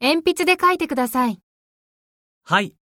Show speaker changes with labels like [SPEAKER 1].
[SPEAKER 1] 鉛筆で書いてください。
[SPEAKER 2] はい。